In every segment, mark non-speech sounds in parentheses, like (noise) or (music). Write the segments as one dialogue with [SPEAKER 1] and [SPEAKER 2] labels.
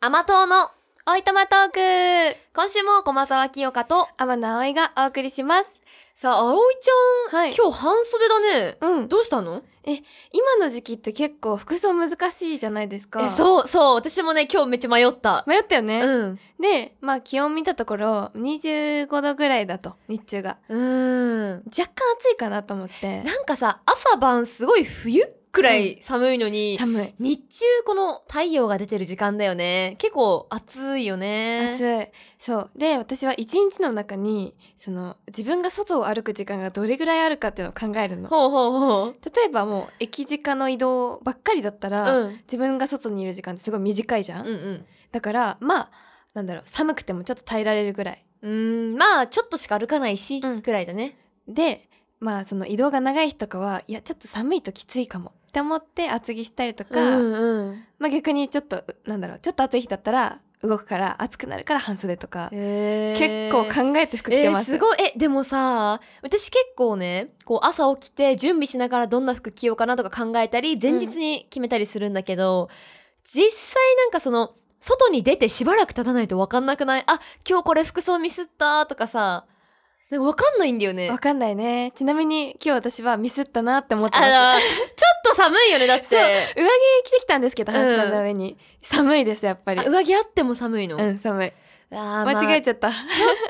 [SPEAKER 1] 甘党の
[SPEAKER 2] おいとまトーク
[SPEAKER 1] 今週も駒沢清香と
[SPEAKER 2] 天野葵がお送りします。
[SPEAKER 1] さあ葵ちゃん、
[SPEAKER 2] はい
[SPEAKER 1] 今日半袖だね
[SPEAKER 2] うん。
[SPEAKER 1] どうしたの
[SPEAKER 2] 今の時期って結構服装難しいじゃないですか。
[SPEAKER 1] えそうそう私もね今日めっちゃ迷った、
[SPEAKER 2] 迷ったよね、
[SPEAKER 1] うん
[SPEAKER 2] で、まあ気温見たところ25度ぐらいだと、日中が。
[SPEAKER 1] うーん
[SPEAKER 2] 若干暑いかなと思って。
[SPEAKER 1] (laughs) なんかさ朝晩すごい冬くらい寒いのに、
[SPEAKER 2] 寒い。
[SPEAKER 1] 日中この太陽が出てる時間だよね結構暑いよねい
[SPEAKER 2] 暑い。そう。で、私は一日の中に、その、自分が外を歩く時間がどれぐらいあるかっていうのを考えるの。
[SPEAKER 1] ほうほうほう
[SPEAKER 2] 例えばもう、駅近の移動ばっかりだったら、
[SPEAKER 1] うん
[SPEAKER 2] 自分が外にいる時間ってすごい短いじゃん、
[SPEAKER 1] うんうん
[SPEAKER 2] だから、まあ、なんだろう、寒くてもちょっと耐えられるぐらい。
[SPEAKER 1] うーんまあちょっとしか歩かないし、
[SPEAKER 2] うん
[SPEAKER 1] くらいだね
[SPEAKER 2] でまあその移動が長い日とかはいやちょっと寒いときついかもって思って厚着したりとか、
[SPEAKER 1] うんうん
[SPEAKER 2] まあ逆にちょっとうなんだろうちょっと暑い日だったら動くから暑くなるから半袖とか、
[SPEAKER 1] へー
[SPEAKER 2] 結構考えて服着てます、
[SPEAKER 1] えーすごいえでもさ私結構ねこう朝起きて準備しながらどんな服着ようかなとか考えたり前日に決めたりするんだけど、実際なんかその外に出てしばらく経たないと分かんなくないあ今日これ服装ミスったとかさなんか分かんないんだよね
[SPEAKER 2] わかんないねちなみに今日私はミスったなって思ってます
[SPEAKER 1] あのちょっと寒いよねだって
[SPEAKER 2] 上着着てきたんですけど
[SPEAKER 1] うん
[SPEAKER 2] ハスタンの上に、寒いですやっぱり
[SPEAKER 1] あ上着あっても寒いの、
[SPEAKER 2] うん寒い
[SPEAKER 1] あー
[SPEAKER 2] 間違え
[SPEAKER 1] ま
[SPEAKER 2] ちゃった、
[SPEAKER 1] あ、ちょ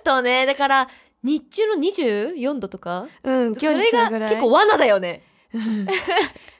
[SPEAKER 1] っとねだから日中の24度とか
[SPEAKER 2] うん今日
[SPEAKER 1] それ
[SPEAKER 2] にする
[SPEAKER 1] が
[SPEAKER 2] ぐらい
[SPEAKER 1] 結構罠だよね
[SPEAKER 2] うん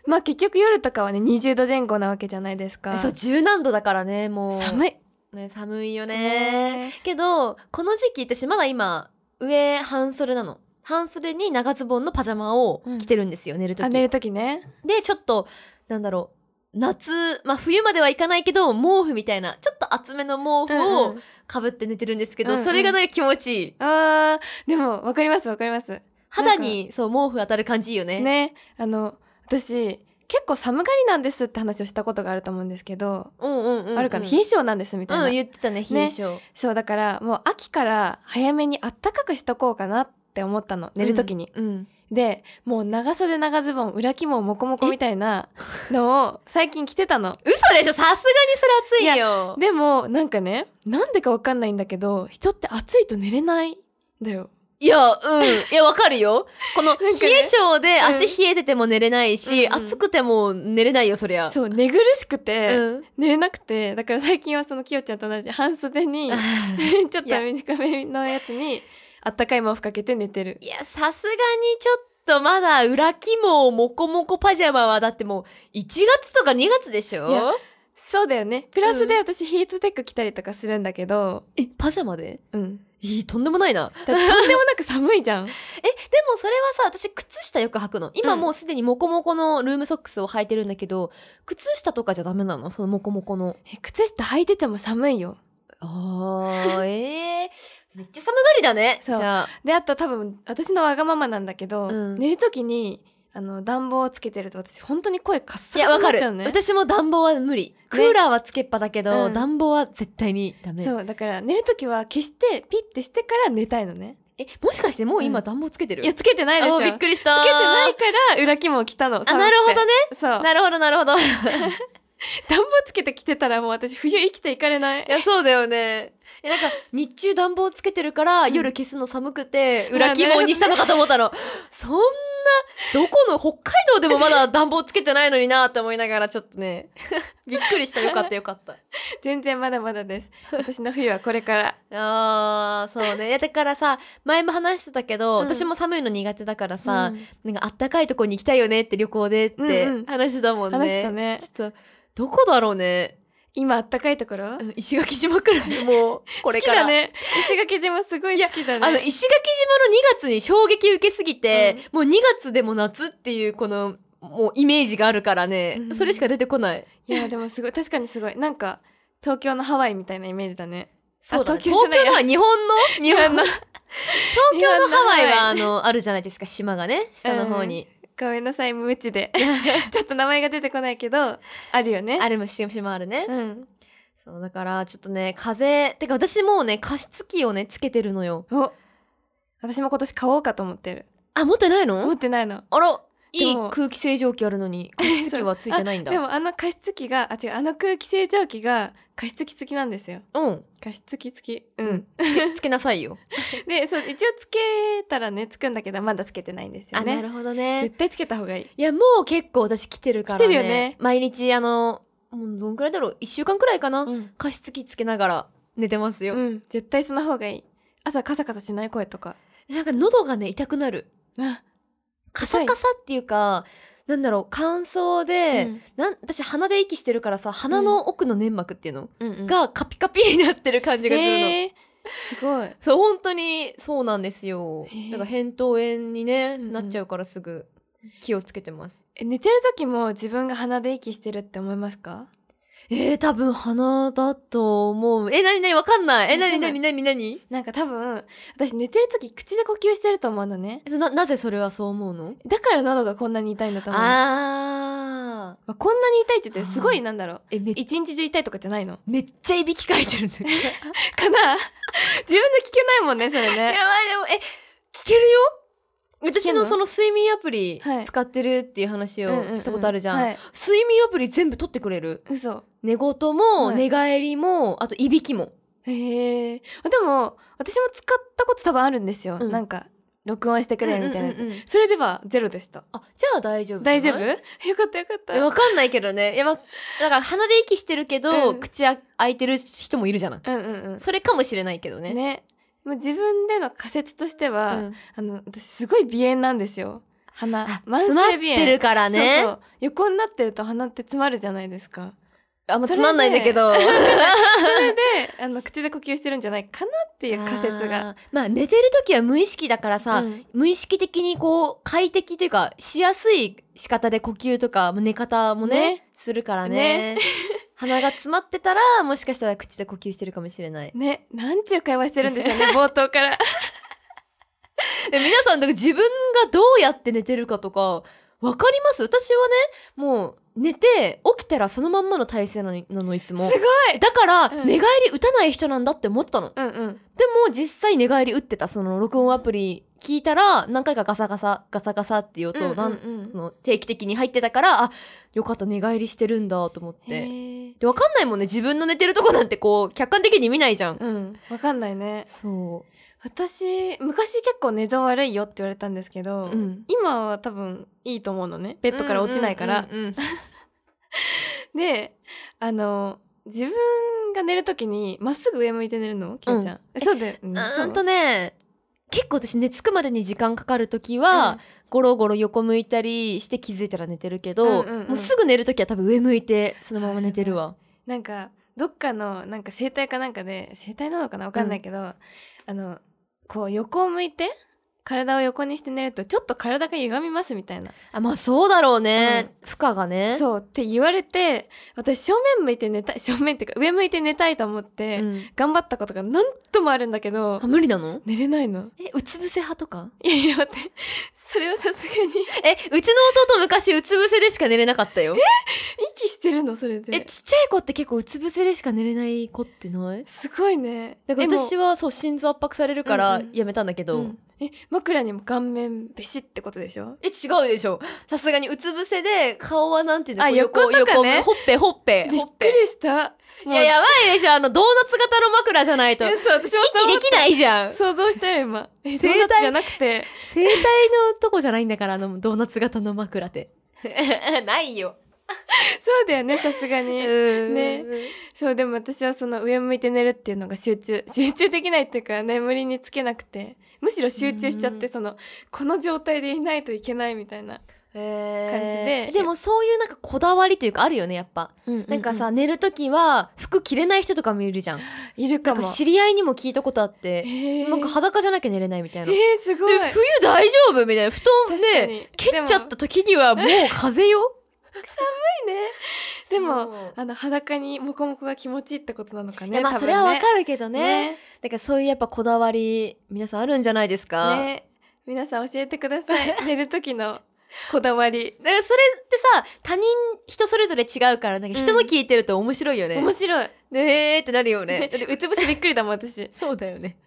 [SPEAKER 2] まあ結局夜とかはね20度前後なわけじゃないですか
[SPEAKER 1] えそう十何度だからねもう
[SPEAKER 2] 寒い
[SPEAKER 1] ね、寒いよね
[SPEAKER 2] ね
[SPEAKER 1] けどこの時期私まだ今上半袖なの半袖に長ズボンのパジャマを着てるんですよ、寝る
[SPEAKER 2] あ
[SPEAKER 1] 時
[SPEAKER 2] 寝る時ね
[SPEAKER 1] でちょっとなんだろう夏まあ冬まではいかないけど毛布みたいなちょっと厚めの毛布を
[SPEAKER 2] うん
[SPEAKER 1] かぶって寝てるんですけど、
[SPEAKER 2] うんうん
[SPEAKER 1] それがね気持ちいい
[SPEAKER 2] あーでも分かります分かります
[SPEAKER 1] 肌にそう毛布当たる感じいいよね
[SPEAKER 2] ねあの私結構寒がりなんですって話をしたことがあると思うんですけど、
[SPEAKER 1] うんうんうんうん
[SPEAKER 2] あるかな冷え性なんですみたいな、
[SPEAKER 1] うん言ってたね冷え性、
[SPEAKER 2] そうだからもう秋から早めにあったかくしとこうかなって思ったの寝る時に、
[SPEAKER 1] うん
[SPEAKER 2] でもう長袖長ズボン裏起毛モコモコみたいなのを最近着て
[SPEAKER 1] (laughs)
[SPEAKER 2] たの
[SPEAKER 1] 嘘でしょさすがにそれ暑いよ
[SPEAKER 2] でもなんかねなんでか分かんないんだけど人って暑いと寝れないんだよ
[SPEAKER 1] いや、うん。いや、わかるよ。この、
[SPEAKER 2] かね
[SPEAKER 1] 冷え性で
[SPEAKER 2] うん
[SPEAKER 1] 足冷えてても寝れないし、
[SPEAKER 2] うんうん
[SPEAKER 1] 暑くても寝れないよ、そりゃ。
[SPEAKER 2] そう寝苦しくて、
[SPEAKER 1] うん。
[SPEAKER 2] 寝れなくてだから最近はそのきよちゃんと同じ半袖に (laughs) ちょっと短めのやつにあったかい毛布かけて寝てる
[SPEAKER 1] (laughs) いや、さすがにちょっとまだ裏起毛もこもこパジャマはだってもう1月とか2月でし
[SPEAKER 2] いや
[SPEAKER 1] ょ
[SPEAKER 2] そうだよねプラスで私ヒートテック着たりとかするんだけど
[SPEAKER 1] え、パジャマで
[SPEAKER 2] (laughs) うん
[SPEAKER 1] いい、とんでもないな。
[SPEAKER 2] だってとんでもなく寒いじゃん
[SPEAKER 1] え、でもそれはさ、私靴下よく履くの。今
[SPEAKER 2] うん
[SPEAKER 1] もうすでにもこもこのルームソックスを履いてるんだけど、靴下とかじゃダメなのそのもこもこの。
[SPEAKER 2] え靴下履いてても寒いよ
[SPEAKER 1] あー、え
[SPEAKER 2] (laughs)
[SPEAKER 1] ー。めっちゃ寒がりだね。じ
[SPEAKER 2] そう
[SPEAKER 1] ゃあ。
[SPEAKER 2] であと多分私のわがままなんだけど、
[SPEAKER 1] うん
[SPEAKER 2] 寝る時にあの暖房をつけてると私本当に声カッサ
[SPEAKER 1] いや、
[SPEAKER 2] カ
[SPEAKER 1] わ
[SPEAKER 2] サ
[SPEAKER 1] かる
[SPEAKER 2] になっちゃう。ね
[SPEAKER 1] 私も暖房は無理。クーラーはつけっぱだけど、
[SPEAKER 2] うん
[SPEAKER 1] 暖房は絶対にダメ。
[SPEAKER 2] そうだから寝る時は消してピッてしてから寝たいのね
[SPEAKER 1] え、もしかしてもう今
[SPEAKER 2] うん
[SPEAKER 1] 暖房つけてる、
[SPEAKER 2] いやつけてないですよ
[SPEAKER 1] あびっくりした。
[SPEAKER 2] つけてないから裏起毛着たの
[SPEAKER 1] あ、なるほどね。
[SPEAKER 2] そう
[SPEAKER 1] なるほど、なるほど。い
[SPEAKER 2] 暖房つけて着てたらもう私冬生きていかれない
[SPEAKER 1] や、そうだよね。え、なんか、日中暖房つけてるから、
[SPEAKER 2] ん
[SPEAKER 1] 夜消すの寒くて、
[SPEAKER 2] あ
[SPEAKER 1] 裏起毛にしたのかと思ったの。そんな、どこの、北海道でもまだ暖房つけてないのになって思いながら、ちょっと
[SPEAKER 2] (laughs)
[SPEAKER 1] ね、びっくりした。よかった、よかった。
[SPEAKER 2] 全然まだまだです私の冬はこれ
[SPEAKER 1] (laughs)
[SPEAKER 2] から
[SPEAKER 1] あー、そうね。いやだからさ、前も話してたけど、
[SPEAKER 2] うん
[SPEAKER 1] 私も寒いの苦手だからさ、
[SPEAKER 2] さ、
[SPEAKER 1] なんかあったかいとこに行きたいよねって旅行でっ
[SPEAKER 2] うんう
[SPEAKER 1] て
[SPEAKER 2] ん
[SPEAKER 1] 話したもんね。
[SPEAKER 2] 話したね
[SPEAKER 1] ちょっと、どこだろうね。
[SPEAKER 2] 今あったかいところ
[SPEAKER 1] うん石垣島くらい、もう、これから。
[SPEAKER 2] 好きだね石垣島すごい好きだね
[SPEAKER 1] あの、石垣島の2月に衝撃受けすぎて、もう2月でも夏っていう、この、もうイメージがあるからね、
[SPEAKER 2] うん
[SPEAKER 1] それしか出てこない。
[SPEAKER 2] いやでもすごい確かにすごいなんか東京のハワイみたいなイメージだね
[SPEAKER 1] そうだね、
[SPEAKER 2] 東
[SPEAKER 1] 東
[SPEAKER 2] 京じゃ
[SPEAKER 1] 京の
[SPEAKER 2] な
[SPEAKER 1] は日本の日本の。東京のハワイ
[SPEAKER 2] 日
[SPEAKER 1] は、
[SPEAKER 2] 本のハ
[SPEAKER 1] あの、あるじゃないですか、島がね、下の方に。
[SPEAKER 2] ごめんなさい無知で (laughs) ちょっと名前が出てこないけどあるよね
[SPEAKER 1] あれも島あるね。
[SPEAKER 2] うん
[SPEAKER 1] そう、だから、ちょっとね、風邪、てか私もうね、加湿器をね、つけてるのよ。
[SPEAKER 2] お私も今年買おうかと思ってる
[SPEAKER 1] あ、持ってない
[SPEAKER 2] 持
[SPEAKER 1] の
[SPEAKER 2] ってないの
[SPEAKER 1] あら、いい
[SPEAKER 2] でも
[SPEAKER 1] 空気清浄機あるの
[SPEAKER 2] (laughs)
[SPEAKER 1] に加湿器はついてないんだ
[SPEAKER 2] でもあの加湿器があ違うあの空気清浄機が加湿器付きなんですよ
[SPEAKER 1] うん
[SPEAKER 2] 加湿器付きうん、 (laughs)
[SPEAKER 1] つけなさいよ
[SPEAKER 2] でそう一応つけたらねつくんだけどまだつけてないんですよ
[SPEAKER 1] あな
[SPEAKER 2] ね
[SPEAKER 1] るほどね
[SPEAKER 2] 絶対つけた方がいい
[SPEAKER 1] いやもう結構私来てるからね
[SPEAKER 2] 来てるよね
[SPEAKER 1] 毎日あのもうどんくらいだろう1週間くらいかな、
[SPEAKER 2] うん、
[SPEAKER 1] 加湿器つけながら寝てますよ、
[SPEAKER 2] うん、絶対その方がいい朝カサカサしない声とか
[SPEAKER 1] なんか喉がね痛くなる
[SPEAKER 2] あ、
[SPEAKER 1] カサカサっていうかなんだろう乾燥で、
[SPEAKER 2] うん
[SPEAKER 1] なん私鼻で息してるからさ鼻の奥の粘膜っていうの、
[SPEAKER 2] うんうん、
[SPEAKER 1] がカピカピになってる感じがするの、
[SPEAKER 2] えーすごい
[SPEAKER 1] そう本当にそうなんですよ
[SPEAKER 2] へえ
[SPEAKER 1] だから扁桃炎にね、
[SPEAKER 2] うんうん
[SPEAKER 1] なっちゃうからすぐ気をつけてます
[SPEAKER 2] え寝てる時も自分が鼻で息してるって思いますか
[SPEAKER 1] えー、多分鼻だと思うえなになにわかんないえ
[SPEAKER 2] わ
[SPEAKER 1] な
[SPEAKER 2] か
[SPEAKER 1] に
[SPEAKER 2] ん
[SPEAKER 1] な
[SPEAKER 2] な
[SPEAKER 1] いになになに
[SPEAKER 2] なんか多分私寝てる時口で呼吸してると思うのね
[SPEAKER 1] えななぜそれはそう思うの
[SPEAKER 2] だから喉がこんなに痛いんだと思うの
[SPEAKER 1] あー
[SPEAKER 2] まあ、こんなに痛いって言ってすご
[SPEAKER 1] はい
[SPEAKER 2] なんだろう
[SPEAKER 1] えめ
[SPEAKER 2] 一日中痛いとかじゃないの
[SPEAKER 1] めっちゃいびきかいてるんだ (laughs) けど
[SPEAKER 2] か
[SPEAKER 1] (laughs)
[SPEAKER 2] な自分で聞けないもんねそれね
[SPEAKER 1] やばいでもえ聞けるよ
[SPEAKER 2] け
[SPEAKER 1] 私
[SPEAKER 2] んの
[SPEAKER 1] のその睡眠アプリ
[SPEAKER 2] はい
[SPEAKER 1] 使ってるっていう話
[SPEAKER 2] うんうんう
[SPEAKER 1] を
[SPEAKER 2] ん
[SPEAKER 1] したことあるじゃん,、
[SPEAKER 2] はい、
[SPEAKER 1] 睡眠アプリ全部取ってくれる
[SPEAKER 2] 嘘
[SPEAKER 1] 寝言も、
[SPEAKER 2] はい
[SPEAKER 1] 寝返りもあといびきも
[SPEAKER 2] へえあでも私も使ったこと多分あるんですよ、
[SPEAKER 1] うん
[SPEAKER 2] なんか録音してくれるみたいなやつ、
[SPEAKER 1] うんうんうんうん
[SPEAKER 2] それではゼロでした
[SPEAKER 1] あじゃあ大丈夫じゃな
[SPEAKER 2] 大
[SPEAKER 1] い
[SPEAKER 2] 丈夫 (laughs) よかったよかった
[SPEAKER 1] えわかんないけどねいや、ま、だから鼻で息してるけど、
[SPEAKER 2] うん
[SPEAKER 1] 口あ開いてる人もいるじゃない
[SPEAKER 2] うんうん
[SPEAKER 1] それかもしれないけど
[SPEAKER 2] う
[SPEAKER 1] ね
[SPEAKER 2] んねもう自分での仮説として
[SPEAKER 1] う
[SPEAKER 2] は、
[SPEAKER 1] ん
[SPEAKER 2] あの私すごい鼻炎なんですよ鼻
[SPEAKER 1] あ
[SPEAKER 2] 慢性
[SPEAKER 1] 詰まってるからね
[SPEAKER 2] そうそう横になってると鼻って詰まるじゃないですか
[SPEAKER 1] あんま
[SPEAKER 2] それ
[SPEAKER 1] つ
[SPEAKER 2] で
[SPEAKER 1] まんないんだけど (laughs)
[SPEAKER 2] それであの口で呼吸してるんじゃないかなっていう仮説が
[SPEAKER 1] あーまあ寝てる時は無意識だからさ、
[SPEAKER 2] うん
[SPEAKER 1] 無意識的にこう快適というかしやすい仕方で呼吸とか寝方もね
[SPEAKER 2] ね
[SPEAKER 1] するから (laughs) ね鼻が詰まってたらもしかしたら口で呼吸してるかもしれ (laughs) ない
[SPEAKER 2] ねなんちゅう会話してるんで
[SPEAKER 1] (laughs)
[SPEAKER 2] しょうね冒頭から
[SPEAKER 1] で皆さんだから自分がどうやって寝てるかとかわかります私はねもう寝て起きたらそのまんまの体勢なのなのいつも
[SPEAKER 2] すごい
[SPEAKER 1] だから、
[SPEAKER 2] うん
[SPEAKER 1] 寝返り打たない人なんだって思ってたので
[SPEAKER 2] うんうん
[SPEAKER 1] も実際寝返り打ってたその録音アプリ聞いたら何回かガサガサガサガサっていう音をなん、その定期的に入ってたからあよかった寝返りしてるんだと思っ
[SPEAKER 2] へ
[SPEAKER 1] て
[SPEAKER 2] ー
[SPEAKER 1] でわかんないもんね自分の寝てるとこなんてこう客観的に見ないじゃん、
[SPEAKER 2] うんわかんないね
[SPEAKER 1] そ
[SPEAKER 2] 私昔結構寝相悪いよって言われたんですけ
[SPEAKER 1] う
[SPEAKER 2] ど、
[SPEAKER 1] うん
[SPEAKER 2] 今は多分いいと思うのねベッドから落ちないから、
[SPEAKER 1] うんうんうん
[SPEAKER 2] であの自分が寝るときにまっすぐ上向いて寝るのキヨちゃん、えそうだよ、うん、
[SPEAKER 1] あ
[SPEAKER 2] そ
[SPEAKER 1] ほ
[SPEAKER 2] うん
[SPEAKER 1] とね結構私寝つくまでに時間かかる時は、
[SPEAKER 2] うん
[SPEAKER 1] ゴロゴロ横向いたりして気づいたら寝てるけど、
[SPEAKER 2] うんうんうん
[SPEAKER 1] もうすぐ寝る時は多分上向いてそのまま寝てるわ
[SPEAKER 2] なんかどっかのなんか整体かなんかで整体なのかなわかんないけど、あのこう横を向いて体を横にして寝るとちょっと体が歪みますみたいな、
[SPEAKER 1] あまあそうだろうね、負荷がね
[SPEAKER 2] そうって言われて私正面向いて寝たい正面っていうか上向いて寝たいと思って、
[SPEAKER 1] うん
[SPEAKER 2] 頑張ったことが何度もあるんだけど
[SPEAKER 1] あ無理なの
[SPEAKER 2] 寝れないの
[SPEAKER 1] えうつ伏せ派とか
[SPEAKER 2] いやいや待ってそれはさすが
[SPEAKER 1] (laughs)
[SPEAKER 2] に
[SPEAKER 1] えうちの弟昔うつ伏せでしか寝れなかったよ
[SPEAKER 2] 息してるのそれ
[SPEAKER 1] え
[SPEAKER 2] で
[SPEAKER 1] ちっちゃい子って結構うつ伏せでしか寝れない子ってない
[SPEAKER 2] すごいね
[SPEAKER 1] だから
[SPEAKER 2] えもう
[SPEAKER 1] 私はそう心臓圧迫されるから
[SPEAKER 2] うんうん
[SPEAKER 1] やめたんだけど、
[SPEAKER 2] うんえ枕にも顔面べしってことでしょ
[SPEAKER 1] え違うでしょさすがにうつ伏せで顔はなんていうの
[SPEAKER 2] あ
[SPEAKER 1] こう
[SPEAKER 2] 横とかね
[SPEAKER 1] 横ほっぺほっぺ
[SPEAKER 2] びっ
[SPEAKER 1] ほっ
[SPEAKER 2] く
[SPEAKER 1] ぺ
[SPEAKER 2] りした
[SPEAKER 1] いややばいでしょあのドーナツ型の枕じゃないと
[SPEAKER 2] え
[SPEAKER 1] 息
[SPEAKER 2] そう私もそう思っ
[SPEAKER 1] できないじゃん
[SPEAKER 2] 想像したよ今えド
[SPEAKER 1] 生態
[SPEAKER 2] ーナツじゃなくて
[SPEAKER 1] 生体のとこじゃないんだからあのドーナツ型の枕って
[SPEAKER 2] (laughs)
[SPEAKER 1] ないよ
[SPEAKER 2] そうだよねさすが
[SPEAKER 1] う
[SPEAKER 2] に、
[SPEAKER 1] ん
[SPEAKER 2] ねそうでも私はその上向いて寝るっていうのが集中 (laughs) 集中できないっていうか眠りにつけなくてむしろ集中しちゃって
[SPEAKER 1] う
[SPEAKER 2] そのこの状態でいないといけないみたいな、
[SPEAKER 1] えー
[SPEAKER 2] 感じで
[SPEAKER 1] でもそういうなんかこだわりというかあるよねやっぱなんかさ、寝るときは服着れない人とかもいるじゃん
[SPEAKER 2] いる
[SPEAKER 1] な
[SPEAKER 2] か
[SPEAKER 1] んか
[SPEAKER 2] も
[SPEAKER 1] 知り合いにも聞いたことあっ
[SPEAKER 2] え
[SPEAKER 1] て
[SPEAKER 2] ー
[SPEAKER 1] なんか裸じゃなきゃ寝れないみたい
[SPEAKER 2] え
[SPEAKER 1] な、
[SPEAKER 2] ーすごい
[SPEAKER 1] え冬大丈夫みたいな布団で、
[SPEAKER 2] ね
[SPEAKER 1] 蹴っちゃった時にはもう風邪よ。
[SPEAKER 2] でも
[SPEAKER 1] そう
[SPEAKER 2] あの裸にモコモコが気持ちいいってことなのか
[SPEAKER 1] い
[SPEAKER 2] ね
[SPEAKER 1] やまあ
[SPEAKER 2] 多
[SPEAKER 1] そ
[SPEAKER 2] 分
[SPEAKER 1] れ
[SPEAKER 2] ね
[SPEAKER 1] はわかるけどね
[SPEAKER 2] ね
[SPEAKER 1] だからそういうやっぱこだわり皆さんあるんじゃないですか、
[SPEAKER 2] ね皆さん教えてくださ
[SPEAKER 1] (laughs)
[SPEAKER 2] い寝る時のこだわり
[SPEAKER 1] だからそれってさ他人人それぞれ違うからなんか人の聞いてると面白いよね、
[SPEAKER 2] 面白い (laughs)
[SPEAKER 1] ねえってなるよね
[SPEAKER 2] ねうつ伏せびっくりだもん私
[SPEAKER 1] そうだよね (laughs)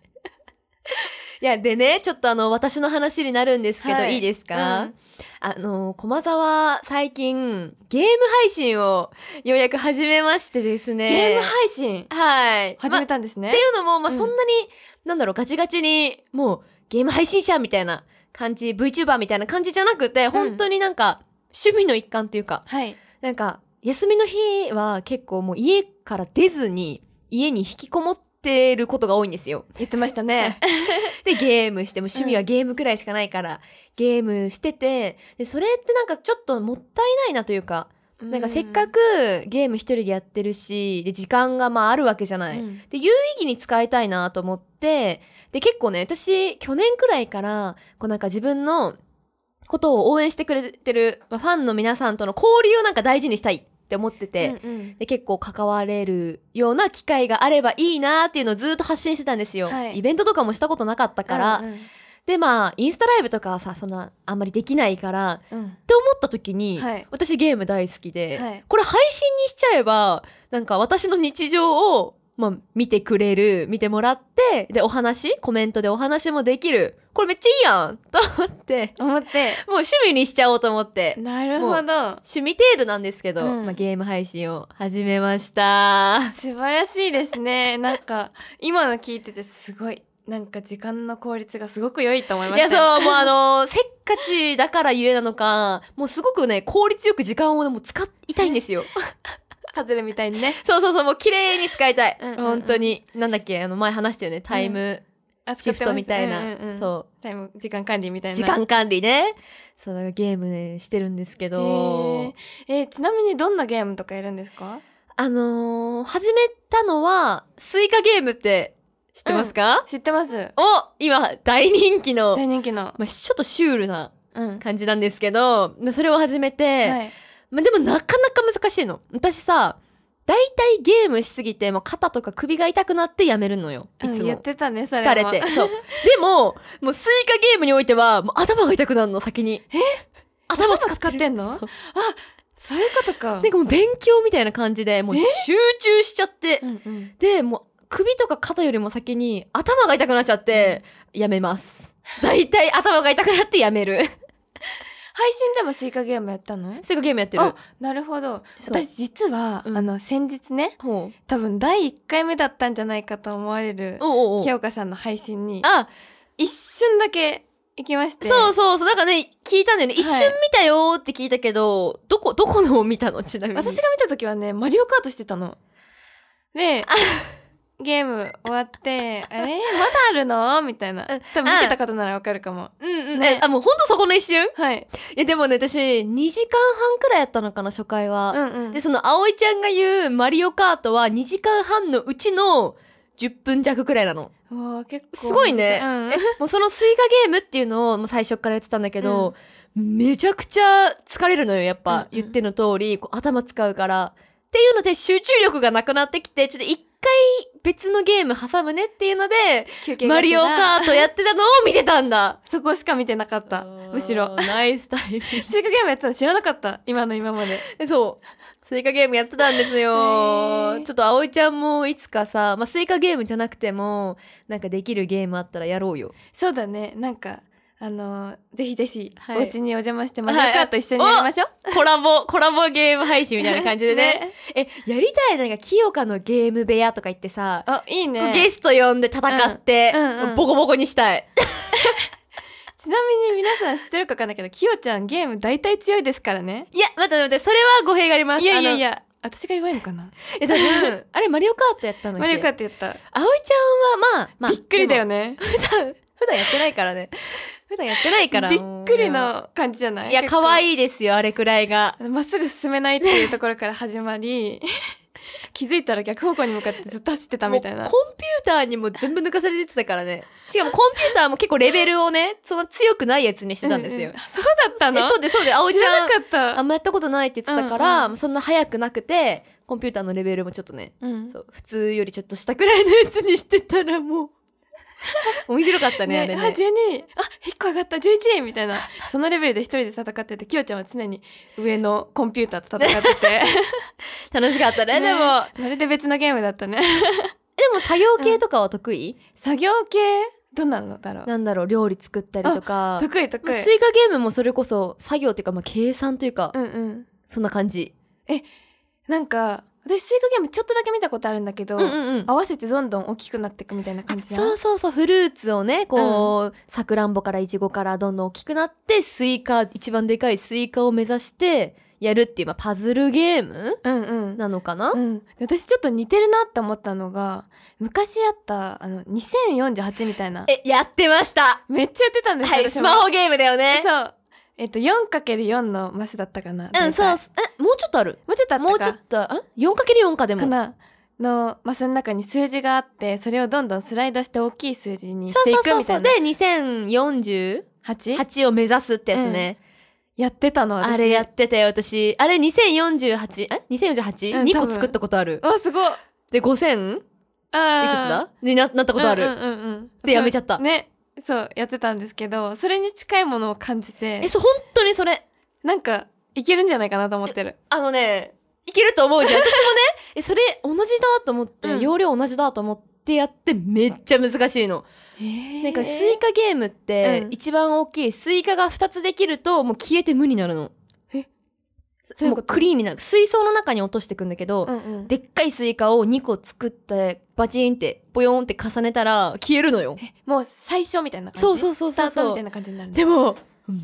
[SPEAKER 1] いや、でね、ちょっとあの、私の話になるんですけど、
[SPEAKER 2] はい
[SPEAKER 1] い、いですか、
[SPEAKER 2] うん
[SPEAKER 1] あの、駒沢、最近、ゲーム配信をようやく始めましてですね。
[SPEAKER 2] ゲーム配信
[SPEAKER 1] はい。
[SPEAKER 2] 始
[SPEAKER 1] まあ
[SPEAKER 2] めたんですね
[SPEAKER 1] ってい。うのも、まあ、
[SPEAKER 2] うん
[SPEAKER 1] そんなに、なんだろう、ガチガチに、もう、ゲーム配信者みたいな感じ、VTuber みたいな感じじゃなくて、本当になんか、趣味の一環というか、
[SPEAKER 2] はい。
[SPEAKER 1] なんか、休みの日は結構もう家から出ずに、家に引きこもってることが多いんですよ。
[SPEAKER 2] 言ってましたね。
[SPEAKER 1] で、ゲームしても趣味はゲームくらいしかないから、ゲームしてて、で、それってなんかちょっともったいないなというか、なんかせっかくゲーム一人でやってるし、で、時間がまああるわけじゃない。
[SPEAKER 2] うん
[SPEAKER 1] で、有意義に使いたいなと思って、で、結構ね、私、去年くらいから、こうなんか自分のことを応援してくれてる、まあ、ファンの皆さんとの交流をなんか大事にしたいって思ってて、
[SPEAKER 2] うんうん
[SPEAKER 1] で結構関われるような機会があればいいなっていうのをずっと発信してたんですよ、
[SPEAKER 2] はい
[SPEAKER 1] イベントとかもしたことなかったから、
[SPEAKER 2] うんうん
[SPEAKER 1] でまあインスタライブとかはさそんなあんまりできないからっ
[SPEAKER 2] うん
[SPEAKER 1] て思った時に、
[SPEAKER 2] はい
[SPEAKER 1] 私ゲーム大好きで、
[SPEAKER 2] はい
[SPEAKER 1] これ配信にしちゃえばなんか私の日常を、まあ、見てくれる見てもらってでお話コメントでお話もできるこれめっちゃいいやんと思って
[SPEAKER 2] (laughs) 思っ
[SPEAKER 1] も
[SPEAKER 2] て。
[SPEAKER 1] う趣味にしちゃおうと思って
[SPEAKER 2] なるほど。
[SPEAKER 1] 趣味程度なんですけど、
[SPEAKER 2] うん
[SPEAKER 1] まあ、ゲーム配信を始めました。
[SPEAKER 2] 素晴らしいですね。なんか、今の聞いててすごい、なんか時間の効率がすごく良いと思いま
[SPEAKER 1] い
[SPEAKER 2] した。
[SPEAKER 1] や、そう、もうあのーせっかちだからゆえなのか、もうすごくね、効率よく時間をねもう使いたいんですよ。
[SPEAKER 2] パズルみたいにね。
[SPEAKER 1] (laughs) そうそうそう、もう綺麗に使いたい。
[SPEAKER 2] うんうんうん
[SPEAKER 1] 本当に。なんだっけ、あの、前話したよね、タイムシフトみたいな。
[SPEAKER 2] そう。
[SPEAKER 1] そ。
[SPEAKER 2] タイム、時間管理みたいうな。
[SPEAKER 1] 時間管理ね。そう、だからゲームね、してるんですけ
[SPEAKER 2] へ
[SPEAKER 1] ど
[SPEAKER 2] ー。えーちなみにどんなゲームとかやるんですか
[SPEAKER 1] あのー始めたのは、スイカゲームって知ってますか、
[SPEAKER 2] 知ってます。
[SPEAKER 1] お今、大人気の、
[SPEAKER 2] 大人気の。
[SPEAKER 1] まあ、ちょっとシュールな
[SPEAKER 2] うん。
[SPEAKER 1] 感じなんですけど、まあ、それを始めて、
[SPEAKER 2] はい。
[SPEAKER 1] まあ、でもなかなか難しいの。私さ、大体ゲームしすぎて、もう肩とか首が痛くなってやめるのよ。い
[SPEAKER 2] うん
[SPEAKER 1] つ
[SPEAKER 2] 言っ
[SPEAKER 1] も。
[SPEAKER 2] てたね、それも
[SPEAKER 1] 疲れて。。そう。でも、もうスイカゲームにおいては、もう頭が痛くなるの、先に。え頭使
[SPEAKER 2] (laughs) 頭
[SPEAKER 1] って
[SPEAKER 2] 使っ
[SPEAKER 1] る。
[SPEAKER 2] てんのあ、そういうことか。
[SPEAKER 1] なんかもう勉強みたいな感じで、もう
[SPEAKER 2] え
[SPEAKER 1] 集中しちゃって
[SPEAKER 2] う。んうん。
[SPEAKER 1] で、もう首とか肩よりも先に頭が痛くなっちゃって、やめます。大体頭が痛くなってやめる。
[SPEAKER 2] (laughs) 配信でもスイカゲームやったの
[SPEAKER 1] スイカゲームやってる
[SPEAKER 2] あ。、なるほど。
[SPEAKER 1] そう
[SPEAKER 2] 私実は、
[SPEAKER 1] うん
[SPEAKER 2] あの、先日ね、
[SPEAKER 1] ほう
[SPEAKER 2] 多分第1回目だったんじゃないかと思われる、
[SPEAKER 1] おうおうおう
[SPEAKER 2] 清香さんの配信に、
[SPEAKER 1] あ、
[SPEAKER 2] 一瞬だけ行きまして。
[SPEAKER 1] そうそうそう。なんかね、聞いたんだよね。
[SPEAKER 2] い
[SPEAKER 1] 一瞬見たよーって聞いたけど、どこ、どこのを見たのちなみに。
[SPEAKER 2] 私が見た時はね、マリオカートしてたの。で、ゲーム終
[SPEAKER 1] (laughs)
[SPEAKER 2] わって、あれまだあるのみたいな。
[SPEAKER 1] うん
[SPEAKER 2] 多分見てた方ならわかるかも。
[SPEAKER 1] うんうん。
[SPEAKER 2] ね
[SPEAKER 1] え、あ、もうほんとそこの一瞬
[SPEAKER 2] はい。
[SPEAKER 1] いや、でもね、私、2時間半くらいやったのかな、初回
[SPEAKER 2] う
[SPEAKER 1] は。
[SPEAKER 2] んうん。
[SPEAKER 1] で、その、葵ちゃんが言うマリオカートは2時間半のうちの10分弱くらいなの。
[SPEAKER 2] うわー結構。
[SPEAKER 1] すごいね
[SPEAKER 2] (laughs) うん。
[SPEAKER 1] もうそのスイカゲームっていうのをもう最初からやってたんだけど、めちゃくちゃ疲れるのよ、やっぱ。
[SPEAKER 2] うんうん
[SPEAKER 1] 言っての通り、こう頭使うから。っていうので集中力がなくなってきて、ちょっと一回別のゲーム挟むねっていうので、
[SPEAKER 2] 休憩が
[SPEAKER 1] マリオカ
[SPEAKER 2] ー
[SPEAKER 1] ートやってたのを見てたんだ。
[SPEAKER 2] そこしか見てなかった。むしろ。。
[SPEAKER 1] ナイスタイ
[SPEAKER 2] スイカゲームやってたの知らなかった。今の今まで。
[SPEAKER 1] ミそう。スイカゲームやってたんです
[SPEAKER 2] へ
[SPEAKER 1] よ。
[SPEAKER 2] ー
[SPEAKER 1] ちょっと葵ちゃんもいつかさ、まあ、スイカゲームじゃなくても、なんかできるゲームあったらやろうよ。
[SPEAKER 2] そうだね。なんか、あのーぜひぜひ、
[SPEAKER 1] はい
[SPEAKER 2] お家にお邪魔してマリオカート一緒にやりましょう。
[SPEAKER 1] コラボ、コラボゲーム配信みたいな感じでね。
[SPEAKER 2] (laughs) ね
[SPEAKER 1] (laughs) え、やりたいなんか、清香のゲーム部屋とか言ってさ、
[SPEAKER 2] あ、いい
[SPEAKER 1] こう
[SPEAKER 2] ね。
[SPEAKER 1] ゲスト呼んで戦って、
[SPEAKER 2] うんうんうん
[SPEAKER 1] ボコボコにしたい。
[SPEAKER 2] ちなみに皆さん知ってるかわかんないけど、きよちゃんゲーム大体強いですからね。
[SPEAKER 1] いや、待って待って、それは語弊があります。
[SPEAKER 2] いやいや
[SPEAKER 1] あの
[SPEAKER 2] い。や、私が弱いのかな。
[SPEAKER 1] え、多
[SPEAKER 2] (laughs)
[SPEAKER 1] 分、あれ、マリオカートやったんだっ
[SPEAKER 2] マ
[SPEAKER 1] け
[SPEAKER 2] リオカートやった。
[SPEAKER 1] 葵ちゃんは、まあ、まあ、
[SPEAKER 2] びっくりだよ
[SPEAKER 1] ね。
[SPEAKER 2] ね。
[SPEAKER 1] 普段、普段やってないからね。普段やってないから。
[SPEAKER 2] びっくり。の感じじゃない
[SPEAKER 1] いや、可
[SPEAKER 2] い。
[SPEAKER 1] 愛いですよ、あれくらいが。
[SPEAKER 2] まっすぐ進めないっていうところから始ま
[SPEAKER 1] (laughs)
[SPEAKER 2] り、気づいたら逆方向に向かってずっと走ってたみたい
[SPEAKER 1] も
[SPEAKER 2] な
[SPEAKER 1] う。コンピューターにも全部抜かされてたからね。しかもコンピューターも結構レベルをね、その強くないやつにしてたんですよ。
[SPEAKER 2] ううあそうだったの
[SPEAKER 1] えそうですそうです葵ちゃん
[SPEAKER 2] 知らな (laughs)
[SPEAKER 1] あ
[SPEAKER 2] かっ
[SPEAKER 1] んまやったことないって言ってたから、
[SPEAKER 2] うんう
[SPEAKER 1] そんな早くなくてコンピューターのレベルもちょっとね
[SPEAKER 2] た。うん
[SPEAKER 1] そう普通よりちょっと下くらいのやつにしてたらも
[SPEAKER 2] (laughs)
[SPEAKER 1] う面白かったねあれ
[SPEAKER 2] あ
[SPEAKER 1] ね
[SPEAKER 2] 12位あ1個上がった11位みたいなそのレベルで一人で戦っててきよちゃんは常に上のコンピューターと戦っ
[SPEAKER 1] (laughs)
[SPEAKER 2] てて
[SPEAKER 1] 楽しかったね
[SPEAKER 2] ね
[SPEAKER 1] でも
[SPEAKER 2] まるで別のゲームだったね
[SPEAKER 1] でも作業系とかは得意、
[SPEAKER 2] 作業系どんなのだろう
[SPEAKER 1] なんだろう料理作ったりとか
[SPEAKER 2] 得意得
[SPEAKER 1] まあ
[SPEAKER 2] 意
[SPEAKER 1] スイカゲームもそれこそ作業っていうか、まあ、計算というか、
[SPEAKER 2] うんうん
[SPEAKER 1] そんな感じ
[SPEAKER 2] なんか私スイカゲームちょっとだけ見たことあるんだけど、
[SPEAKER 1] うんうんうん
[SPEAKER 2] 合わせてどんどん大きくなっていくみたいな感じだな
[SPEAKER 1] そうそうそうフルーツをねこうさくらんぼからいちごからどんどん大きくなってスイカ一番でかいスイカを目指してやるっていう、まあ、パズルゲーム
[SPEAKER 2] うんうん
[SPEAKER 1] なのかな、
[SPEAKER 2] うん、私ちょっと似てるなって思ったのが昔やったあの2048みたいな
[SPEAKER 1] えやってました
[SPEAKER 2] めっちゃやってたんですよ、
[SPEAKER 1] はい
[SPEAKER 2] 私
[SPEAKER 1] ス
[SPEAKER 2] も
[SPEAKER 1] マホゲームだよね
[SPEAKER 2] そうえっと 4×4 のマスだったかな
[SPEAKER 1] うんそう
[SPEAKER 2] 大体
[SPEAKER 1] えもうちょっとある
[SPEAKER 2] もうちょっとあったか
[SPEAKER 1] もうちょっとあ 4×4 かでも
[SPEAKER 2] かなのマスの中に数字があってそれをどんどんスライドして大きい数字にし
[SPEAKER 1] そう
[SPEAKER 2] てい
[SPEAKER 1] そう
[SPEAKER 2] く
[SPEAKER 1] そ
[SPEAKER 2] み
[SPEAKER 1] うそ
[SPEAKER 2] たいうな
[SPEAKER 1] で2048
[SPEAKER 2] 8?
[SPEAKER 1] を目指すってやつね、
[SPEAKER 2] やってたの私
[SPEAKER 1] あれやってたよ私あれ2048え
[SPEAKER 2] うん
[SPEAKER 1] 2048?2
[SPEAKER 2] 多
[SPEAKER 1] 個
[SPEAKER 2] 分
[SPEAKER 1] 作ったことある
[SPEAKER 2] おすごい
[SPEAKER 1] で 5000? いくつ
[SPEAKER 2] あ
[SPEAKER 1] だにななったことある、
[SPEAKER 2] うんうんうんうん
[SPEAKER 1] でやめちゃった
[SPEAKER 2] ねそうやってたんですけどそれに近いものを感じて
[SPEAKER 1] えそう本当にそれ
[SPEAKER 2] なんかいけるんじゃないかなと思ってる
[SPEAKER 1] あのねいけると思うじ
[SPEAKER 2] (laughs)
[SPEAKER 1] ゃん私もねえそれ同じだと思って、
[SPEAKER 2] うん
[SPEAKER 1] 容量同じだと思ってやってめっちゃ難しいの、
[SPEAKER 2] な
[SPEAKER 1] なんかスイカゲームって
[SPEAKER 2] うん
[SPEAKER 1] 一番大きいスイカが2つできるともう消えて無になるの
[SPEAKER 2] え
[SPEAKER 1] そもうクリーミーな水槽の中に落としていくんだけど、
[SPEAKER 2] うんうん、
[SPEAKER 1] でっかいスイカを2個作ってバチンってポヨンって重ねたら消えるのよ
[SPEAKER 2] もう最初みたいな感じ
[SPEAKER 1] そうそうそうそうそう
[SPEAKER 2] スタートみたいな感じになるの
[SPEAKER 1] でも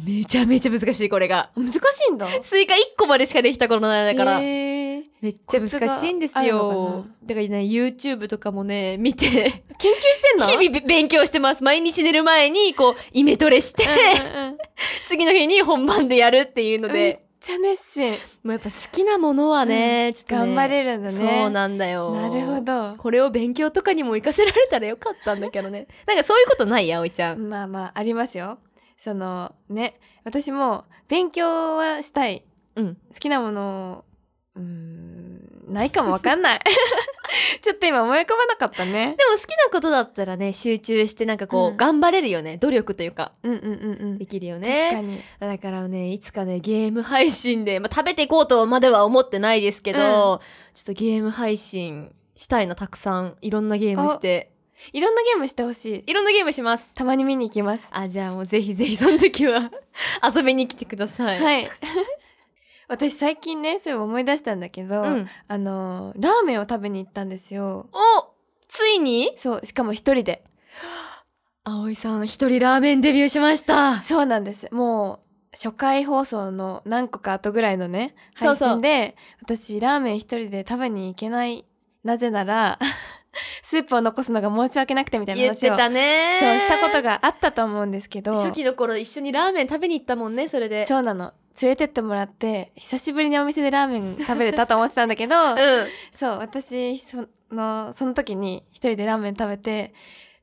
[SPEAKER 1] めちゃめちゃ難しいこれが
[SPEAKER 2] 難しいんだ
[SPEAKER 1] スイカ1個までしかできたことないだから、
[SPEAKER 2] へー
[SPEAKER 1] めっちゃ難しいんです
[SPEAKER 2] コツがあるの
[SPEAKER 1] よ
[SPEAKER 2] かな
[SPEAKER 1] だからね YouTube とかもね見て
[SPEAKER 2] 研究してんの
[SPEAKER 1] 日々べ勉強してます毎日寝る前にこうイメトレして、
[SPEAKER 2] うんうんうん
[SPEAKER 1] 次の日に本番でやるっていうの (laughs)
[SPEAKER 2] めっ
[SPEAKER 1] で、
[SPEAKER 2] ちゃ熱心
[SPEAKER 1] もうやっぱ好きなものはね、ちょっとね、
[SPEAKER 2] 頑張れるんだね
[SPEAKER 1] そうなんだよ
[SPEAKER 2] なるほど
[SPEAKER 1] これを勉強とかにも活かせられたらよかったんだけどねなんかそういうことない葵ちゃん、
[SPEAKER 2] まあまあありますよそのね私も勉強はしたい
[SPEAKER 1] うん、
[SPEAKER 2] 好きなものうーんないかもわかん
[SPEAKER 1] (laughs)
[SPEAKER 2] ないちょっと今思い浮かばなかったね
[SPEAKER 1] でも好きなことだったらね集中してなんかこう、
[SPEAKER 2] うん
[SPEAKER 1] 頑張れるよね努力というか
[SPEAKER 2] うんうんうんうん
[SPEAKER 1] できるよね
[SPEAKER 2] 確かに
[SPEAKER 1] だからねいつかねゲーム配信で、まあ、食べていこうとまでは思ってないですけど、
[SPEAKER 2] うん
[SPEAKER 1] ちょっとゲーム配信したいなたくさんいろんなゲームして
[SPEAKER 2] いろんなゲームしてほしい
[SPEAKER 1] いろんなゲームします
[SPEAKER 2] たまに見に行きます
[SPEAKER 1] あじゃあもうぜひぜひその時は (laughs) 遊びに来てください、い
[SPEAKER 2] はい。 (laughs) 私最近ね、そういえば思い出したんだけど、
[SPEAKER 1] うん、
[SPEAKER 2] あのー、ラーメンを食べに行ったんですよ。
[SPEAKER 1] おついに
[SPEAKER 2] そう、しかも一人で。
[SPEAKER 1] 葵さん一人ラーメンデビューしました
[SPEAKER 2] そうなんです。もう、初回放送の何個か後ぐらいのね、
[SPEAKER 1] そう
[SPEAKER 2] 配
[SPEAKER 1] そう
[SPEAKER 2] 信で、私ラーメン一人で食べに行けない。なぜなら、 (laughs) スープを残すのが申し訳なくてみたいな
[SPEAKER 1] 言っ
[SPEAKER 2] 話
[SPEAKER 1] て
[SPEAKER 2] を。
[SPEAKER 1] たね
[SPEAKER 2] そう、したことがあったと思うんですけど、
[SPEAKER 1] 初期の頃一緒にラーメン食べに行ったもんねそれで
[SPEAKER 2] そうなの。連れてってもらって、久しぶりにお店でラーメン食べれたと思ってたんだけど、
[SPEAKER 1] (laughs) うん
[SPEAKER 2] そう、私、その、その時に一人でラーメン食べて、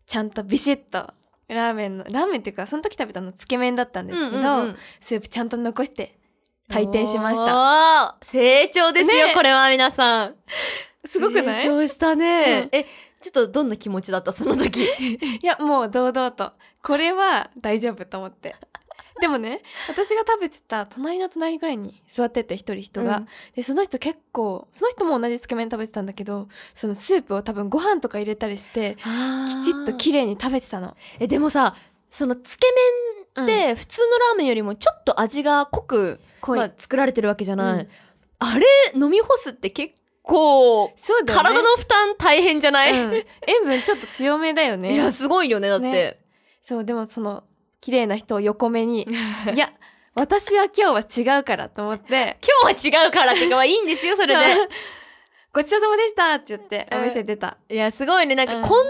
[SPEAKER 2] ちゃんとビシッと、ラーメンの、ラーメンっていうか、その時食べたのつけ麺だったんですけど、
[SPEAKER 1] うんうんうん
[SPEAKER 2] スープちゃんと残して、退店しました。
[SPEAKER 1] た成長ですよ、
[SPEAKER 2] ね
[SPEAKER 1] これは皆さん
[SPEAKER 2] すごくない
[SPEAKER 1] 成
[SPEAKER 2] い
[SPEAKER 1] 長したね、
[SPEAKER 2] う
[SPEAKER 1] えちょっとどんな気持ちだったその
[SPEAKER 2] (laughs)
[SPEAKER 1] 時
[SPEAKER 2] や、もう堂々と。これは大丈夫と思って。でもね、私が食べてた隣の隣ぐらいに座ってて、一人人が、
[SPEAKER 1] うん
[SPEAKER 2] で、その人結構、その人も同じつけ麺食べてたんだけど、そのスープを多分ご飯とか入れたりして、きちっと綺麗に食べてたの。
[SPEAKER 1] えでもさそのつけ
[SPEAKER 2] うん
[SPEAKER 1] 麺って普通のラーメンよりもちょっと味が濃く、
[SPEAKER 2] 濃い。
[SPEAKER 1] まあ、作られてるわけじゃない、
[SPEAKER 2] うん
[SPEAKER 1] あれ飲み干すって結構
[SPEAKER 2] そうだよね。
[SPEAKER 1] 体の負担大変じゃない、
[SPEAKER 2] うん、塩分ちょっと強めだよ
[SPEAKER 1] いや
[SPEAKER 2] ね
[SPEAKER 1] すごいよねだって、
[SPEAKER 2] ねそうでもその綺麗な人を横目にいや私は今日は違うからと思って
[SPEAKER 1] 今日は違うからっていうかまあいいんですよそれで
[SPEAKER 2] そうごちそうさまでしたって言って
[SPEAKER 1] うん
[SPEAKER 2] お店出た、
[SPEAKER 1] いや、すごいね。なんか、こ
[SPEAKER 2] うんん
[SPEAKER 1] なに張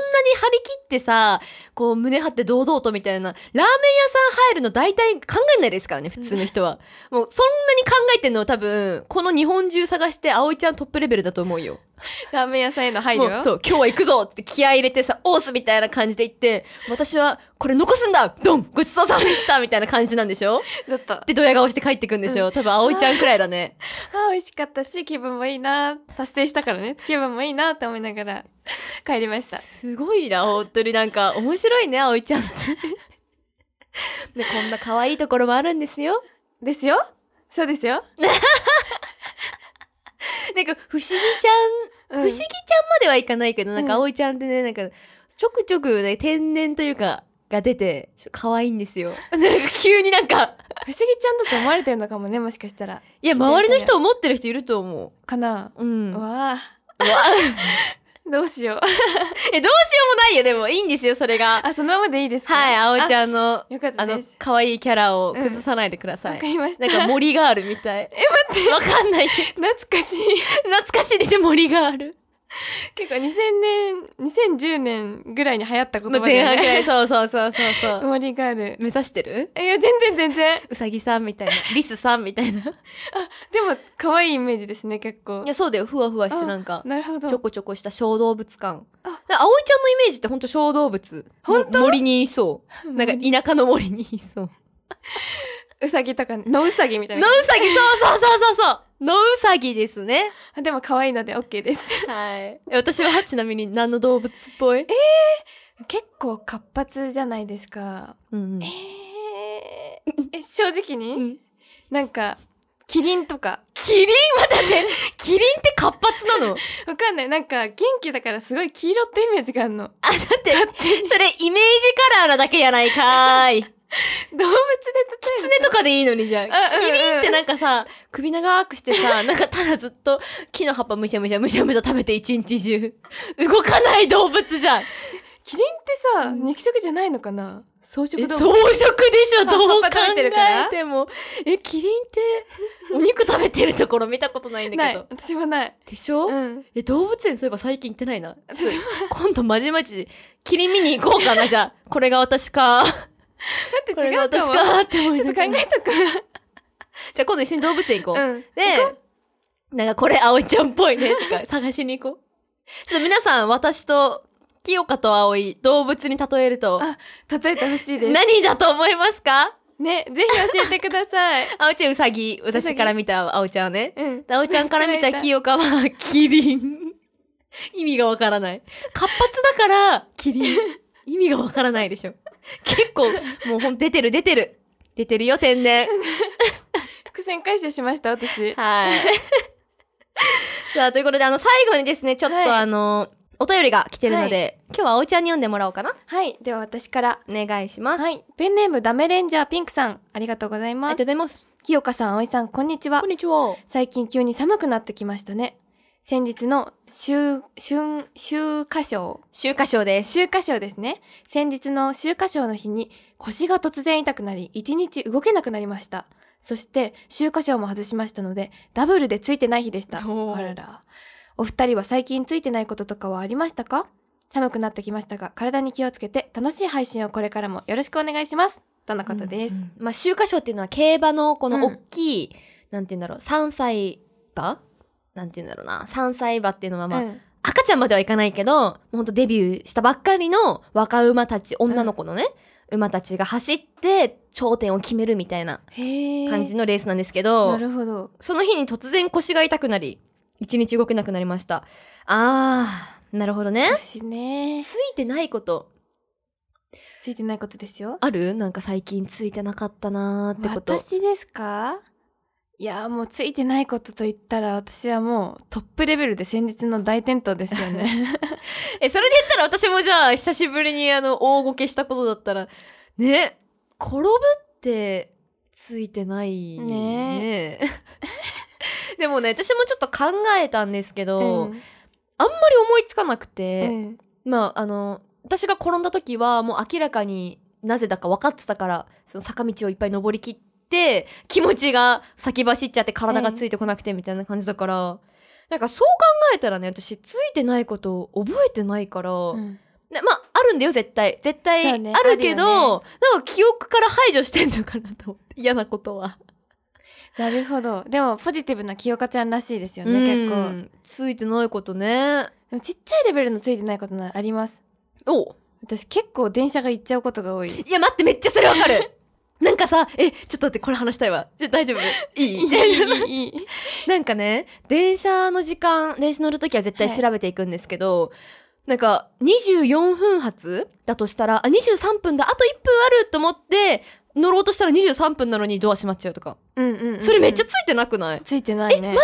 [SPEAKER 1] り切ってさ、こう、胸張って堂々とみたいな、ラーメン屋さん入るの大体考えないですからね、普通の人は。もう、そんなに考えてんの多分、この日本中探して、葵ちゃんトップレベルだと思うよ。
[SPEAKER 2] ラーメン屋さんへの配
[SPEAKER 1] も
[SPEAKER 2] 慮
[SPEAKER 1] うそう、今日は行くぞって気合い入れてさ、オースみたいな感じで行って、私は、これ残すんだドンごちそうさまでしたみたいな感じなんでしょ
[SPEAKER 2] だった
[SPEAKER 1] で、ドヤ顔して帰ってくんですよ。多分、葵ちゃんくらいだね。
[SPEAKER 2] あ美味しかったし気分もいいな達成したからね気分もいいなって思いながら帰りました
[SPEAKER 1] すごいな、本当になんか、面白い (laughs) ね、葵ちゃんって。で、こんな可愛いところもあるんですよ。
[SPEAKER 2] ですよそうですよ、
[SPEAKER 1] なんか、不思議ちゃ
[SPEAKER 2] うん
[SPEAKER 1] ん、不思議ちゃんまではいかないけど、なんか、
[SPEAKER 2] うん
[SPEAKER 1] 葵ちゃんってね、なんか、ちょくちょくね、天然というか、が出てちょっと可愛いんですよなんか急になんか
[SPEAKER 2] 不思議ちゃんだと思われてんのかもねもしかしたら
[SPEAKER 1] いや周りの人思ってる人いると思
[SPEAKER 2] かな、
[SPEAKER 1] ううん
[SPEAKER 2] うわあ (laughs) どうしよう
[SPEAKER 1] えどうしようもないよでもいいんですよそれが
[SPEAKER 2] あそのままでいいですか
[SPEAKER 1] はい葵ち
[SPEAKER 2] ん
[SPEAKER 1] ゃんの
[SPEAKER 2] よかった
[SPEAKER 1] あの
[SPEAKER 2] です
[SPEAKER 1] 可愛いキャラを崩さないでくだ
[SPEAKER 2] わ
[SPEAKER 1] さい、
[SPEAKER 2] かりました
[SPEAKER 1] なんか森ガールみたいえ待ってわかんないけど
[SPEAKER 2] 懐かしい
[SPEAKER 1] 懐かしいでしょ森ガール
[SPEAKER 2] 結構2000年2010年ぐらいに流行った言葉だ
[SPEAKER 1] 前半
[SPEAKER 2] よ
[SPEAKER 1] くらい
[SPEAKER 2] ね
[SPEAKER 1] そうそうそうそうそう
[SPEAKER 2] モリガール
[SPEAKER 1] 目指してる
[SPEAKER 2] いや全然全然
[SPEAKER 1] うさぎさんみたいなリスさんみたいない
[SPEAKER 2] でも可愛いイメージですね結構
[SPEAKER 1] やそうだよふわふわしてなんか
[SPEAKER 2] なるほど
[SPEAKER 1] ちょこちょこした小動物感葵
[SPEAKER 2] あ
[SPEAKER 1] ちゃんのイメージってほんと小動物
[SPEAKER 2] ほんと
[SPEAKER 1] 森にいそうなんか
[SPEAKER 2] 森
[SPEAKER 1] 田舎の森にいそう
[SPEAKER 2] うさぎとかのうさぎみたい
[SPEAKER 1] の
[SPEAKER 2] な
[SPEAKER 1] うさぎそうそうそうそうそうのうさぎですね
[SPEAKER 2] あでも可愛いので OK です
[SPEAKER 1] はい私はちなみに何の動物っぽいえ、
[SPEAKER 2] 結構活発じゃないですか
[SPEAKER 1] うんうん
[SPEAKER 2] えー、え正直に、なんかキリンとか
[SPEAKER 1] キリン待ってキリンって活発なの
[SPEAKER 2] わかんないなんか元気だからすごい黄色ってイメージがあるの
[SPEAKER 1] あだってそれイメージカラーなだけやないかーい
[SPEAKER 2] 動物で例え
[SPEAKER 1] (laughs) 狐とかでいいのにじゃあ
[SPEAKER 2] あうんう
[SPEAKER 1] キ
[SPEAKER 2] ん
[SPEAKER 1] リンってなんかさ首長くしてさなんかただずっと木の葉っぱむしゃむしゃむしゃむしゃ食べて一日中動かない動物じゃん
[SPEAKER 2] キリンってさ、
[SPEAKER 1] うん
[SPEAKER 2] 肉食じゃないのかな草食
[SPEAKER 1] え
[SPEAKER 2] 動
[SPEAKER 1] 草
[SPEAKER 2] 物
[SPEAKER 1] 食でしょ
[SPEAKER 2] 葉っぱ
[SPEAKER 1] どう考
[SPEAKER 2] 食べてるから
[SPEAKER 1] えてもえキリンってお肉食べてるところ見たことないんだ
[SPEAKER 2] (laughs) な
[SPEAKER 1] け
[SPEAKER 2] い
[SPEAKER 1] ど
[SPEAKER 2] 私もない
[SPEAKER 1] でしょ、
[SPEAKER 2] うん
[SPEAKER 1] え動物園そういえば最近行ってないな
[SPEAKER 2] 私も
[SPEAKER 1] 今度まじまじキリン見に行こうかなじゃあこれが私か
[SPEAKER 2] 待っ
[SPEAKER 1] こ
[SPEAKER 2] て
[SPEAKER 1] れが
[SPEAKER 2] (laughs) 違うか
[SPEAKER 1] 私
[SPEAKER 2] も
[SPEAKER 1] かって思い
[SPEAKER 2] ちょっ
[SPEAKER 1] な
[SPEAKER 2] と考
[SPEAKER 1] がら (laughs)
[SPEAKER 2] えとく
[SPEAKER 1] じゃあ今度一緒に動物園行こう、
[SPEAKER 2] うん
[SPEAKER 1] で、なんかこれ葵ちゃんっぽい (laughs) ねとか探しに行こう。ちょっと皆さん、私と清香と葵、動物に例えると、
[SPEAKER 2] あ例えてほしいです
[SPEAKER 1] 何だと思いますか
[SPEAKER 2] ねぜひ教えてくだ
[SPEAKER 1] (laughs)
[SPEAKER 2] さい
[SPEAKER 1] 葵ちゃんうさぎ、私から見た葵ちゃんは (laughs) ね。
[SPEAKER 2] うん
[SPEAKER 1] 葵ちゃんから見た清香はキリン。意味がわからない。活発だから、キ (laughs) リン。意味がわからないでしょ。結構、もうほん出てる出てる。出てるよ、天然。
[SPEAKER 2] 伏線回収しました
[SPEAKER 1] (laughs)
[SPEAKER 2] 私
[SPEAKER 1] はい。さあ、ということで、あの、最後にですね、ちょっと、
[SPEAKER 2] はい
[SPEAKER 1] あの、お便りが来てるので、今日は葵ちゃんに読んでもらおうかな。
[SPEAKER 2] はいでは私から
[SPEAKER 1] お願いします。
[SPEAKER 2] はいペンネームダメレンジャーピンクさんありがとうござい
[SPEAKER 1] あり
[SPEAKER 2] ま
[SPEAKER 1] がとうご
[SPEAKER 2] す
[SPEAKER 1] ざいます。
[SPEAKER 2] 清香さん葵さんこんにちは
[SPEAKER 1] こんにちは。
[SPEAKER 2] 最近急に寒くなってきましたね先日の秋春秋華賞
[SPEAKER 1] 秋華賞です。
[SPEAKER 2] 秋華賞ですね先日の秋華賞の日に腰が突然痛くなり一日動けなくなりましたそして秋華賞も外しましたのでダブルでついてない日でした
[SPEAKER 1] おー
[SPEAKER 2] あららお二人は最近ついてないこととかはありましたか寒くなってきましたが体に気をつけて楽しい配信をこれからもよろしくお願いしますとのことです、
[SPEAKER 1] うんまあ、秋華賞っていうのは、競馬のこ
[SPEAKER 2] うん
[SPEAKER 1] の大きい、なんて言うんだろう、3歳馬なんて言うんだろうな。3歳馬っていうのは、まあ、
[SPEAKER 2] うん
[SPEAKER 1] 赤ちゃんまではいかないけど、もうほんとデビューしたばっかりの若馬たち、女の子のね、馬たちが走って、頂点を決めるみたいな
[SPEAKER 2] へえ
[SPEAKER 1] 感じ
[SPEAKER 2] の
[SPEAKER 1] のレースなんですけど、
[SPEAKER 2] なるほど
[SPEAKER 1] その日に突然腰が痛くなり、一日動けなくなりました。あー、なるほどね。
[SPEAKER 2] 腰ね
[SPEAKER 1] ついてないこと、
[SPEAKER 2] ついてないことですよ
[SPEAKER 1] あるなんか最近ついてなかったなーってこと。
[SPEAKER 2] 私ですかいやもうついてないことと言ったら私はもうトップレベルで先日の大転倒ですよ
[SPEAKER 1] (laughs)
[SPEAKER 2] ね
[SPEAKER 1] え、それで言ったら私もじゃあ、久しぶりにあの、大ごけしたことだったら、ね、転ぶって、ついてないね。 (laughs) でもね、私もちょっと考えたんですけ
[SPEAKER 2] う
[SPEAKER 1] ど、
[SPEAKER 2] ん
[SPEAKER 1] あんまり思いつかなくて、
[SPEAKER 2] うん
[SPEAKER 1] まああの私が転んだ時はもう明らかになぜだか分かってたからその坂道をいっぱい登り切って気持ちが先走っちゃって体がついてこなくてみたいな感じだから、なんかそう考えたらね私ついてないことを覚えてないから、
[SPEAKER 2] うん
[SPEAKER 1] ねまああるんだよ絶対絶対
[SPEAKER 2] そ
[SPEAKER 1] あ
[SPEAKER 2] うね
[SPEAKER 1] るけ
[SPEAKER 2] ある
[SPEAKER 1] ど、なんか記憶から排除してんのかなと思って嫌なことは、
[SPEAKER 2] なるほどでもポジティブな清香ちゃんらしいですよね
[SPEAKER 1] 結
[SPEAKER 2] 結構
[SPEAKER 1] 構ついてないことね
[SPEAKER 2] でもちっちゃいレベルのついてないことならあります
[SPEAKER 1] お
[SPEAKER 2] 私結構電車が行っちゃうことが多い
[SPEAKER 1] いや待ってめっちゃそれわかる (laughs) なんかさえちょっと待ってこれ話したいわちょ大丈 (laughs) 夫いい
[SPEAKER 2] いいいい
[SPEAKER 1] なんかね電車の時間電車乗るときは絶対調べていくんですけど、なんか24分発だとしたらあ23分だあと1分あると思って乗ろうとしたら23分なのにドア閉まっちゃうとか
[SPEAKER 2] (laughs) うんうんうんうん
[SPEAKER 1] それめっちゃついてなくない、
[SPEAKER 2] ついてないね
[SPEAKER 1] まだ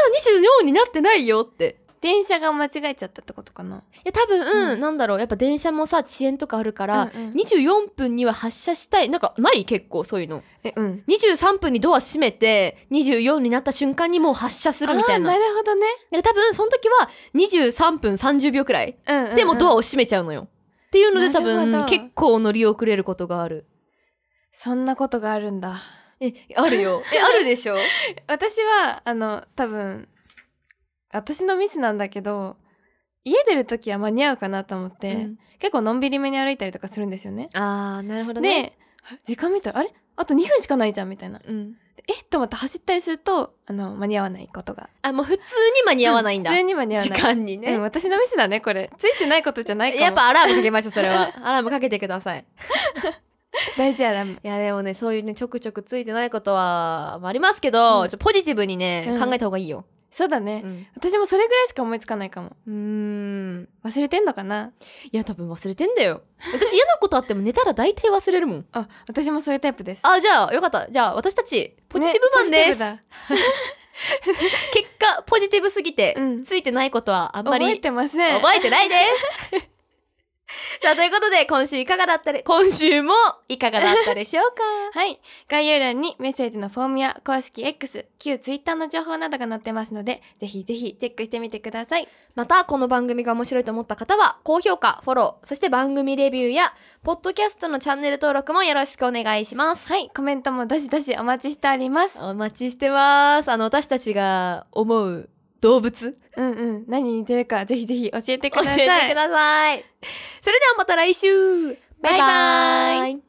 [SPEAKER 1] 24になってないよって
[SPEAKER 2] っ電車が間違えちゃったってことかな。
[SPEAKER 1] や多分、
[SPEAKER 2] うん
[SPEAKER 1] なんだろうやっぱ電車もさ遅延とかあるから、
[SPEAKER 2] うんうん
[SPEAKER 1] 24分には発車したいなんかない結構そういうの
[SPEAKER 2] え、うん。
[SPEAKER 1] 23分にドア閉めて24になった瞬間にもう発車するみたい
[SPEAKER 2] あ
[SPEAKER 1] な
[SPEAKER 2] ーるほどね。
[SPEAKER 1] で多分その時は23分30秒くらい
[SPEAKER 2] うんうん、
[SPEAKER 1] でもうドア
[SPEAKER 2] ア。
[SPEAKER 1] を閉めちゃうのよ、っていうので多
[SPEAKER 2] なる
[SPEAKER 1] 分
[SPEAKER 2] ほど
[SPEAKER 1] 結構乗り遅れることがある
[SPEAKER 2] そんなことがあるんだ。
[SPEAKER 1] えあるよ (laughs) えある
[SPEAKER 2] (laughs)
[SPEAKER 1] でしょ
[SPEAKER 2] 私は、あの、多分、私のミスなんだけど、家出るときは間に合うかなと思って、
[SPEAKER 1] うん
[SPEAKER 2] 結構のんびりめに歩いたりとかするんですよね。
[SPEAKER 1] あーなるほどね
[SPEAKER 2] で、あ時間見たら、あれあと2分しかないじゃんみたいな。
[SPEAKER 1] うん、
[SPEAKER 2] えっと思って走ったりすると、あの、間に合わないことが。
[SPEAKER 1] あもう普通に間に合わないんだ、
[SPEAKER 2] 普通に間に合わ
[SPEAKER 1] 時
[SPEAKER 2] ない。
[SPEAKER 1] 間に
[SPEAKER 2] うん、
[SPEAKER 1] ね、
[SPEAKER 2] 私のミスだね、これ。ついてないことじゃないかも。
[SPEAKER 1] やっぱアラームかけましょうそれ
[SPEAKER 2] (laughs)
[SPEAKER 1] はアラームかけてください
[SPEAKER 2] 大事やだ。
[SPEAKER 1] いやでもねそういうねちょくちょくついてないことはまあありますけど、
[SPEAKER 2] う
[SPEAKER 1] ちょ
[SPEAKER 2] ん
[SPEAKER 1] っとポジティブにね、
[SPEAKER 2] うん
[SPEAKER 1] 考えた方がいいよ
[SPEAKER 2] そうだね、
[SPEAKER 1] うん
[SPEAKER 2] 私もそれぐらいしか思いつかないかも。
[SPEAKER 1] うーん
[SPEAKER 2] 忘れてんのかない
[SPEAKER 1] や多分忘れてんだよ私嫌なことあっても寝たら大体忘れるもん
[SPEAKER 2] あ、私もそういうタイプです。
[SPEAKER 1] あじゃあよかったじゃあ私たちポジティブマンで
[SPEAKER 2] ね
[SPEAKER 1] す、
[SPEAKER 2] ポジティブだ
[SPEAKER 1] 結果ポジティブすぎて、
[SPEAKER 2] うん
[SPEAKER 1] ついてないことはあんまり
[SPEAKER 2] 覚えてません。
[SPEAKER 1] 覚えてないです (laughs) さあということで今週いかがだったで今週もいかがだったでしょうか
[SPEAKER 2] はい。概要欄にメッセージのフォームや公式 X、旧 Twitter の情報などが載ってますので、ぜひぜひチェックしてみてください。
[SPEAKER 1] (laughs) またこの番組が面白いと思った方は高評価フォローそして番組レビューやポッドキャストのチャンネル登録もよろしくお願いします
[SPEAKER 2] はい。コメントもどしどしお待ちしております。
[SPEAKER 1] お待ちしてますあの私たちが思う動物
[SPEAKER 2] うんうん。何に似てるか、ぜひぜひ教えてく
[SPEAKER 1] 教
[SPEAKER 2] だ
[SPEAKER 1] え
[SPEAKER 2] さ
[SPEAKER 1] て
[SPEAKER 2] い。
[SPEAKER 1] くださいそれではまた来週バイバ
[SPEAKER 2] バイバ
[SPEAKER 1] イ